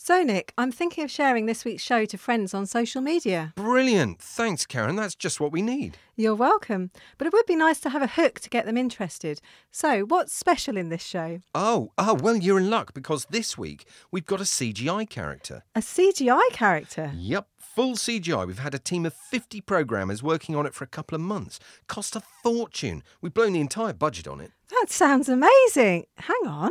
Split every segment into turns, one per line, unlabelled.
So, Nick, I'm thinking of sharing this week's show to friends on social media.
Brilliant. Thanks, Karen. That's just what we need.
You're welcome. But it would be nice to have a hook to get them interested. So, what's special in this show?
Oh, oh, well, you're in luck because this week we've got a CGI character.
A CGI character.
Yep, full CGI. We've had a team of 50 programmers working on it for a couple of months. Cost a fortune. We've blown the entire budget on it.
That sounds amazing. Hang on.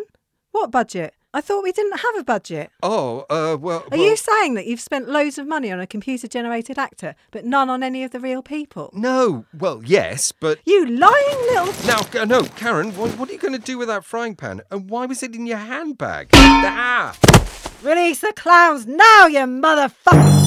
What budget? I thought we didn't have a budget.
Oh, uh, well.
Are you saying that you've spent loads of money on a computer generated actor, but none on any of the real people?
No, well, yes, but.
You lying little.
Now, uh, no, Karen, what, what are you going to do with that frying pan? And why was it in your handbag? ah!
Release the clowns now, you motherfucker!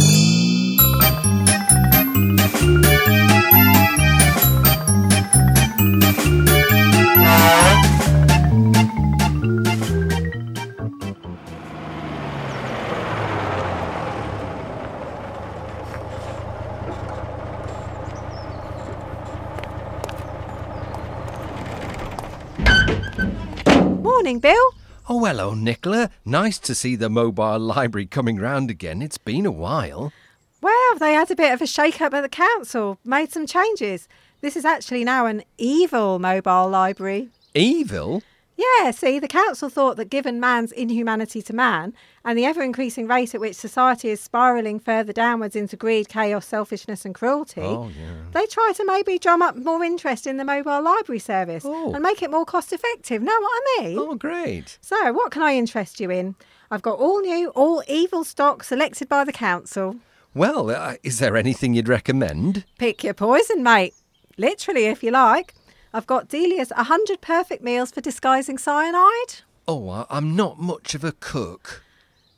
Morning, Bill.
Oh, hello, Nicola. Nice to see the mobile library coming round again. It's been a while.
Well, they had a bit of a shake up at the council, made some changes. This is actually now an evil mobile library.
Evil?
Yeah, see, the council thought that given man's inhumanity to man and the ever increasing rate at which society is spiralling further downwards into greed, chaos, selfishness, and cruelty,
Oh, yeah.
they try to maybe drum up more interest in the mobile library service
Oh.
and make it more cost effective. Know what I mean?
Oh, great.
So, what can I interest you in? I've got all new, all evil stock selected by the council.
Well, uh, is there anything you'd recommend?
Pick your poison, mate. Literally, if you like. I've got Delia's 100 perfect meals for disguising cyanide.
Oh, I- I'm not much of a cook.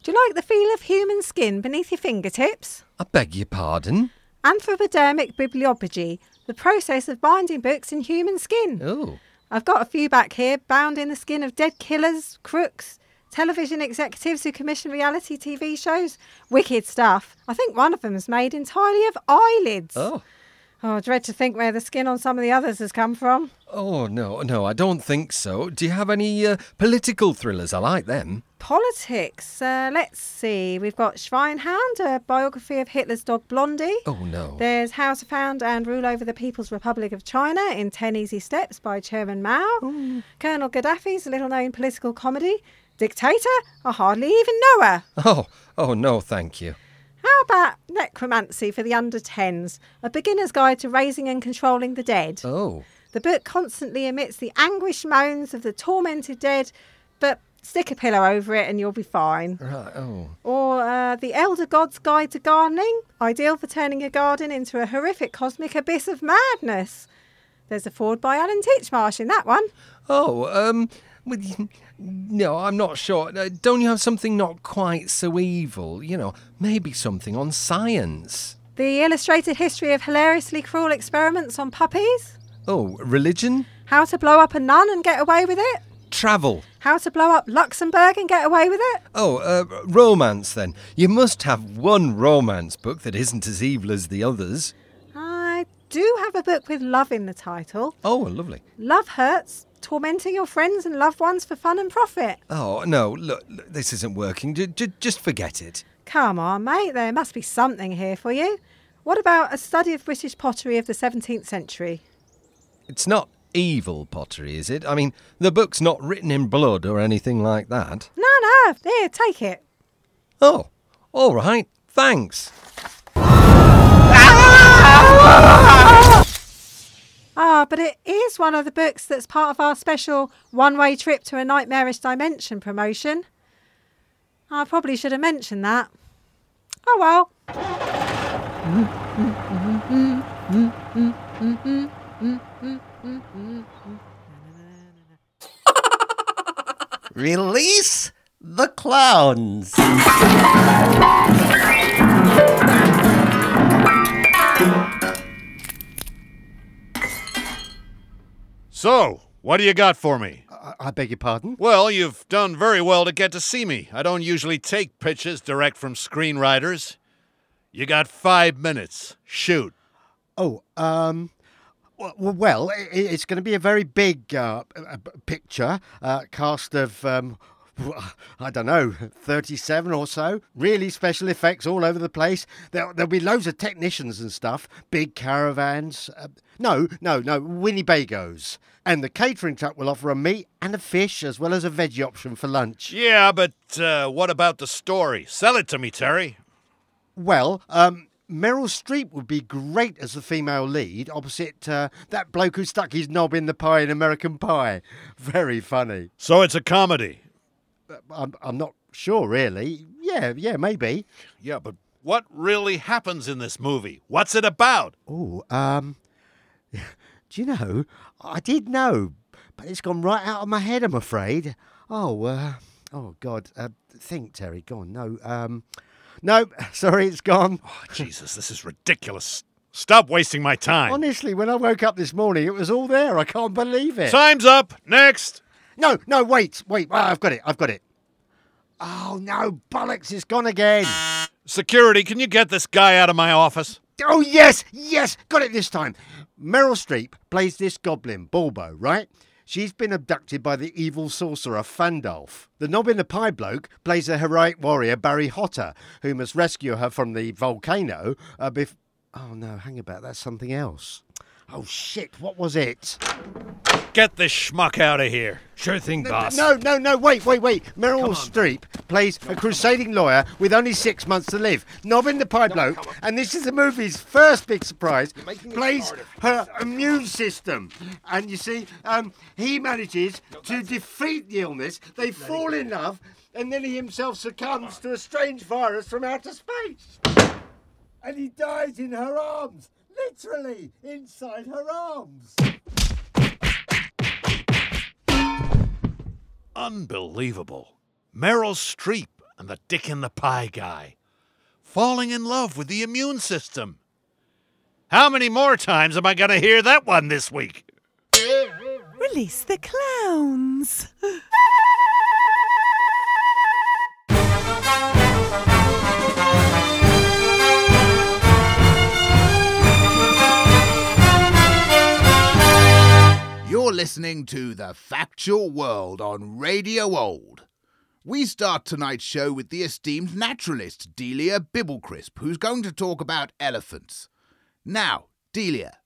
Do you like the feel of human skin beneath your fingertips?
I beg your pardon.
Anthropodermic bibliopagy, the process of binding books in human skin.
Oh.
I've got a few back here bound in the skin of dead killers, crooks, television executives who commission reality TV shows. Wicked stuff. I think one of them is made entirely of eyelids.
Oh.
Oh, I dread to think where the skin on some of the others has come from.
Oh, no, no, I don't think so. Do you have any uh, political thrillers? I like them.
Politics. Uh, let's see. We've got Schweinhound, a biography of Hitler's dog Blondie.
Oh, no.
There's How to Found and Rule Over the People's Republic of China in 10 Easy Steps by Chairman Mao. Colonel Gaddafi's little known political comedy, Dictator. I hardly even know her.
Oh, oh, no, thank you.
How about Necromancy for the Under 10s, a beginner's guide to raising and controlling the dead?
Oh.
The book constantly emits the anguish moans of the tormented dead, but stick a pillow over it and you'll be fine.
Right, oh.
Or uh, The Elder God's Guide to Gardening, ideal for turning your garden into a horrific cosmic abyss of madness. There's a Ford by Alan Titchmarsh in that one.
Oh, um, well, y- no, I'm not sure. Uh, Don't you have something not quite so evil? You know, maybe something on science.
The Illustrated History of Hilariously Cruel Experiments on Puppies,
Oh, religion?
How to Blow Up a Nun and Get Away with It,
Travel.
How to Blow Up Luxembourg and Get Away with It.
Oh, uh, romance then. You must have one romance book that isn't as evil as the others.
I do have a book with love in the title.
Oh, lovely.
Love hurts, tormenting your friends and loved ones for fun and profit.
Oh, no, look, look, this isn't working. J- j- just forget it.
Come on, mate, there must be something here for you. What about a study of British pottery of the 17th century?
It's not evil pottery, is it? I mean, the book's not written in blood or anything like that.
No, no, here, take it.
Oh, all right. Thanks.
Ah, but it is one of the books that's part of our special one way trip to a nightmarish dimension promotion. I probably should have mentioned that. Oh well.
Release the clowns.
So, what do you got for me?
I, I beg your pardon?
Well, you've done very well to get to see me. I don't usually take pitches direct from screenwriters. You got five minutes. Shoot.
Oh, um, w- w- well, i- i- it's going to be a very big uh, uh, b- picture uh, cast of um, I don't know, 37 or so. Really special effects all over the place. There, there'll be loads of technicians and stuff, big caravans. Uh, no, no, no, Winnebagos. And the catering truck will offer a meat and a fish as well as a veggie option for lunch.
Yeah, but uh, what about the story? Sell it to me, Terry.
Well, um, Meryl Streep would be great as the female lead opposite uh, that bloke who stuck his knob in the pie in American Pie. Very funny.
So it's a comedy.
I'm, I'm not sure, really. Yeah, yeah, maybe.
Yeah, but what really happens in this movie? What's it about?
Oh, um, do you know? I did know, but it's gone right out of my head. I'm afraid. Oh, uh, oh God. Uh, think, Terry. Go on. No, um, no. Sorry, it's gone.
Oh, Jesus, this is ridiculous. Stop wasting my time.
Honestly, when I woke up this morning, it was all there. I can't believe it.
Time's up. Next.
no, no. Wait, wait. Ah, I've got it. I've got it. Oh no, bollocks! It's gone again.
Security, can you get this guy out of my office?
Oh, yes, yes, got it this time. Meryl Streep plays this goblin, Bulbo, right? She's been abducted by the evil sorcerer Fandolf. The knob in the pie bloke plays the heroic warrior Barry Hotter, who must rescue her from the volcano. Uh, bef- oh no, hang about, that's something else. Oh shit, what was it?
Get this schmuck out of here.
Sure thing, boss.
No, no, no, wait, wait, wait. Meryl Streep plays a crusading lawyer with only six months to live. Knob in the Pie Bloke, and this is the movie's first big surprise, plays her immune system. And you see, um, he manages to defeat the illness, they fall in love, and then he himself succumbs to a strange virus from outer space. And he dies in her arms, literally inside her arms.
Unbelievable. Meryl Streep and the dick in the pie guy falling in love with the immune system. How many more times am I going to hear that one this week?
Release the clowns.
You're listening to The Factual World on Radio Old. We start tonight's show with the esteemed naturalist Delia Bibblecrisp, who's going to talk about elephants. Now, Delia,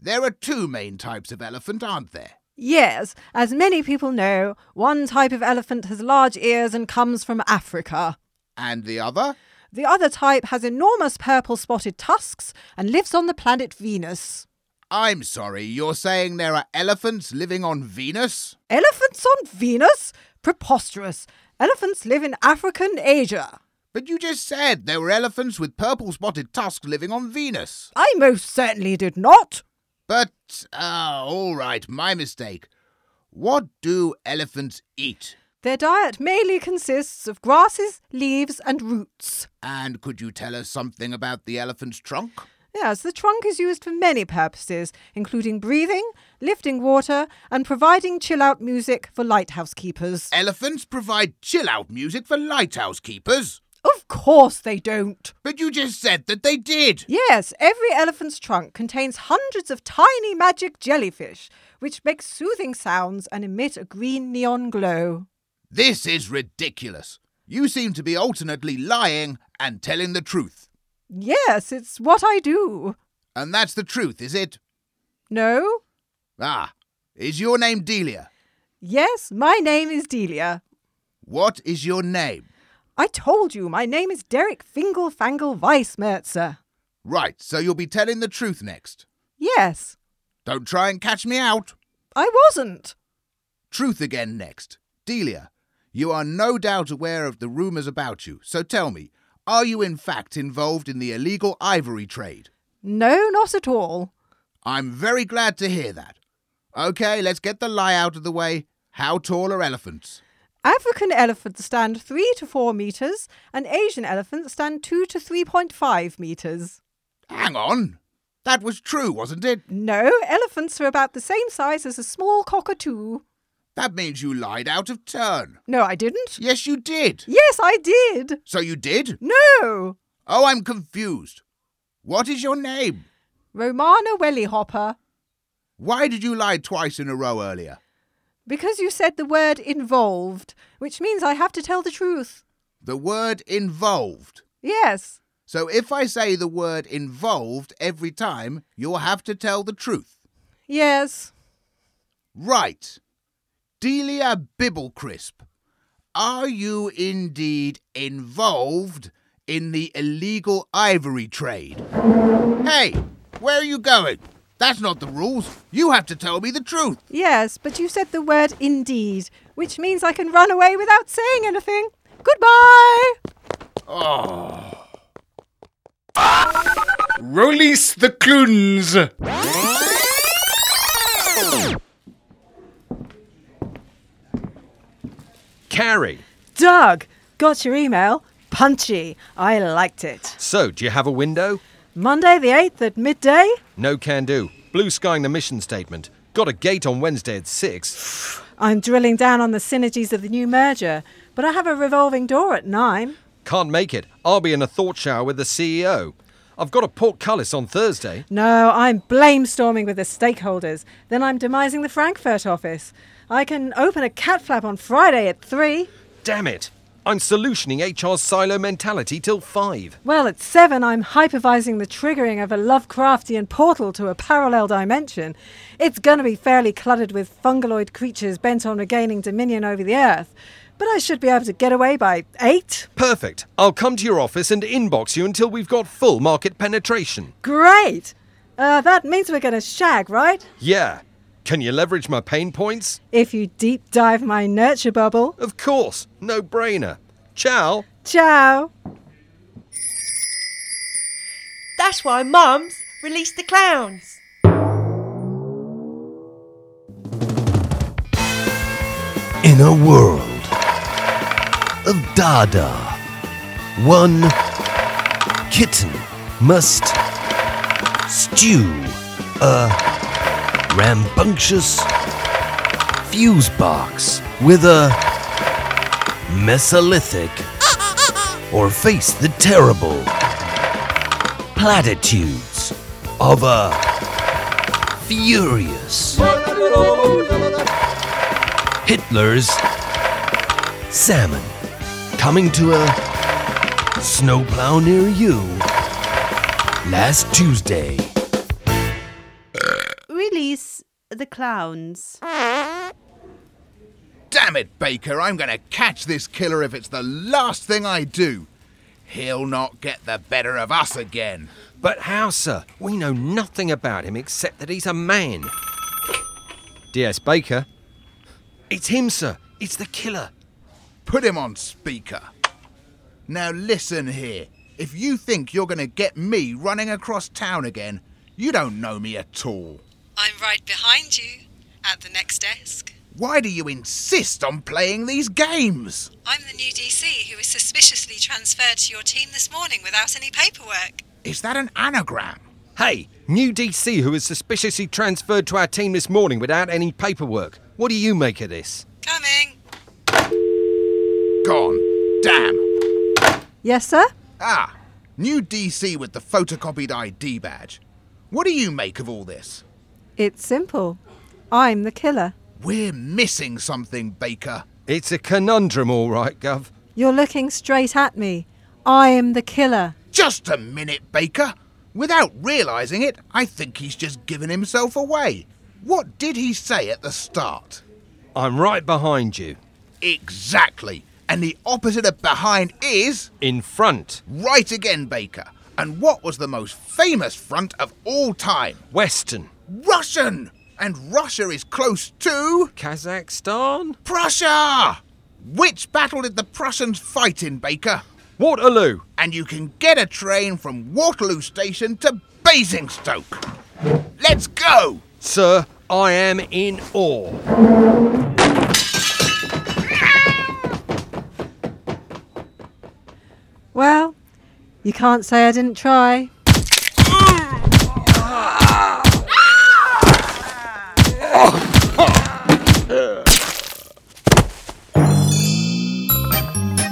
there are two main types of elephant, aren't there?
Yes, as many people know, one type of elephant has large ears and comes from Africa.
And the other?
The other type has enormous purple spotted tusks and lives on the planet Venus.
I'm sorry, you're saying there are elephants living on Venus?
Elephants on Venus? Preposterous. Elephants live in Africa and Asia.
But you just said there were elephants with purple spotted tusks living on Venus.
I most certainly did not.
But, ah, all right, my mistake. What do elephants eat?
Their diet mainly consists of grasses, leaves, and roots.
And could you tell us something about the elephant's trunk?
Yes, the trunk is used for many purposes, including breathing, lifting water, and providing chill out music for lighthouse keepers.
Elephants provide chill out music for lighthouse keepers.
Of course they don't.
But you just said that they did.
Yes, every elephant's trunk contains hundreds of tiny magic jellyfish, which make soothing sounds and emit a green neon glow.
This is ridiculous. You seem to be alternately lying and telling the truth.
Yes, it's what I do.
And that's the truth, is it?
No?
Ah, is your name Delia?
Yes, my name is Delia.
What is your name?
I told you, my name is Derek Fingelfangle Weissmerzer.
Right, so you'll be telling the truth next.
Yes,
Don't try and catch me out.
I wasn't.
Truth again next. Delia, you are no doubt aware of the rumours about you, so tell me, are you in fact involved in the illegal ivory trade?
No, not at all.
I'm very glad to hear that. Okay, let's get the lie out of the way. How tall are elephants?
African elephants stand 3 to 4 meters, and Asian elephants stand 2 to 3.5 meters.
Hang on. That was true, wasn't it?
No, elephants are about the same size as a small cockatoo.
That means you lied out of turn.
No, I didn't.
Yes, you did.
Yes, I did.
So you did?
No!
Oh, I'm confused. What is your name?
Romana Wellyhopper,
Why did you lie twice in a row earlier?
Because you said the word involved, which means I have to tell the truth.
The word involved.
Yes.
So if I say the word involved every time, you'll have to tell the truth.
Yes.
Right. Delia Bibblecrisp, are you indeed involved in the illegal ivory trade? Hey, where are you going? That's not the rules. You have to tell me the truth.
Yes, but you said the word indeed, which means I can run away without saying anything. Goodbye!
Oh.
Release the clunes!
Carrie.
Doug, got your email? Punchy. I liked it.
So, do you have a window?
Monday the 8th at midday?
No can do. Blue skying the mission statement. Got a gate on Wednesday at 6.
I'm drilling down on the synergies of the new merger, but I have a revolving door at 9.
Can't make it. I'll be in a thought shower with the CEO. I've got a portcullis on Thursday.
No, I'm blame storming with the stakeholders. Then I'm demising the Frankfurt office. I can open a cat flap on Friday at 3.
Damn it. I'm solutioning HR's silo mentality till 5.
Well, at 7, I'm hypervising the triggering of a Lovecraftian portal to a parallel dimension. It's going to be fairly cluttered with fungaloid creatures bent on regaining dominion over the Earth. But I should be able to get away by 8.
Perfect. I'll come to your office and inbox you until we've got full market penetration.
Great! Uh, that means we're going to shag, right?
Yeah. Can you leverage my pain points?
If you deep dive my nurture bubble.
Of course. No brainer. Ciao.
Ciao!
That's why Mum's released the clowns.
In a world of Dada, one kitten must stew a rambunctious fuse box with a mesolithic or face the terrible platitudes of a furious Hitler's salmon coming to a snowplow near you last Tuesday.
Release the clowns.
Damn it, Baker, I'm going to catch this killer if it's the last thing I do. He'll not get the better of us again.
But how, sir? We know nothing about him except that he's a man. DS Baker. It's him, sir. It's the killer.
Put him on speaker. Now listen here. If you think you're going to get me running across town again, you don't know me at all.
I'm right behind you at the next desk.
Why do you insist on playing these games?
I'm the new DC who was suspiciously transferred to your team this morning without any paperwork.
Is that an anagram?
Hey, new DC who was suspiciously transferred to our team this morning without any paperwork. What do you make of this?
Coming.
Gone. Damn.
Yes, sir?
Ah, new DC with the photocopied ID badge. What do you make of all this?
It's simple. I'm the killer.
We're missing something, Baker.
It's a conundrum, all right, Gov.
You're looking straight at me. I am the killer.
Just a minute, Baker. Without realizing it, I think he's just given himself away. What did he say at the start?
I'm right behind you.
Exactly. And the opposite of behind is
In front.
right again, Baker. And what was the most famous front of all time?
Western.
Russian! And Russia is close to
Kazakhstan?
Prussia! Which battle did the Prussians fight in, Baker?
Waterloo.
and you can get a train from Waterloo Station to Basingstoke. Let's go!
Sir, I am in awe.
Well, you can't say I didn't try.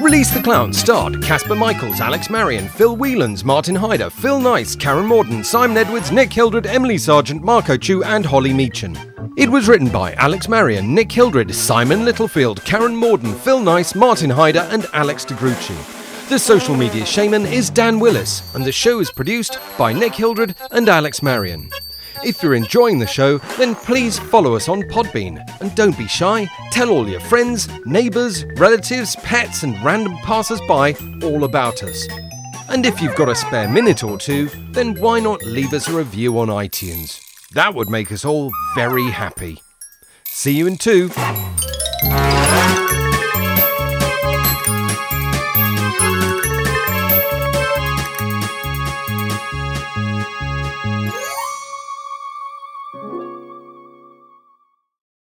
Release the Clown starred Casper Michaels, Alex Marion, Phil Whelans, Martin Hyder, Phil Nice, Karen Morden, Simon Edwards, Nick Hildred, Emily Sargent, Marco Chu, and Holly Meachin. It was written by Alex Marion, Nick Hildred, Simon Littlefield, Karen Morden, Phil Nice, Martin Hyder, and Alex DeGrucci. The social media shaman is Dan Willis, and the show is produced by Nick Hildred and Alex Marion. If you're enjoying the show, then please follow us on Podbean. And don't be shy, tell all your friends, neighbours, relatives, pets, and random passers by all about us. And if you've got a spare minute or two, then why not leave us a review on iTunes? That would make us all very happy. See you in two.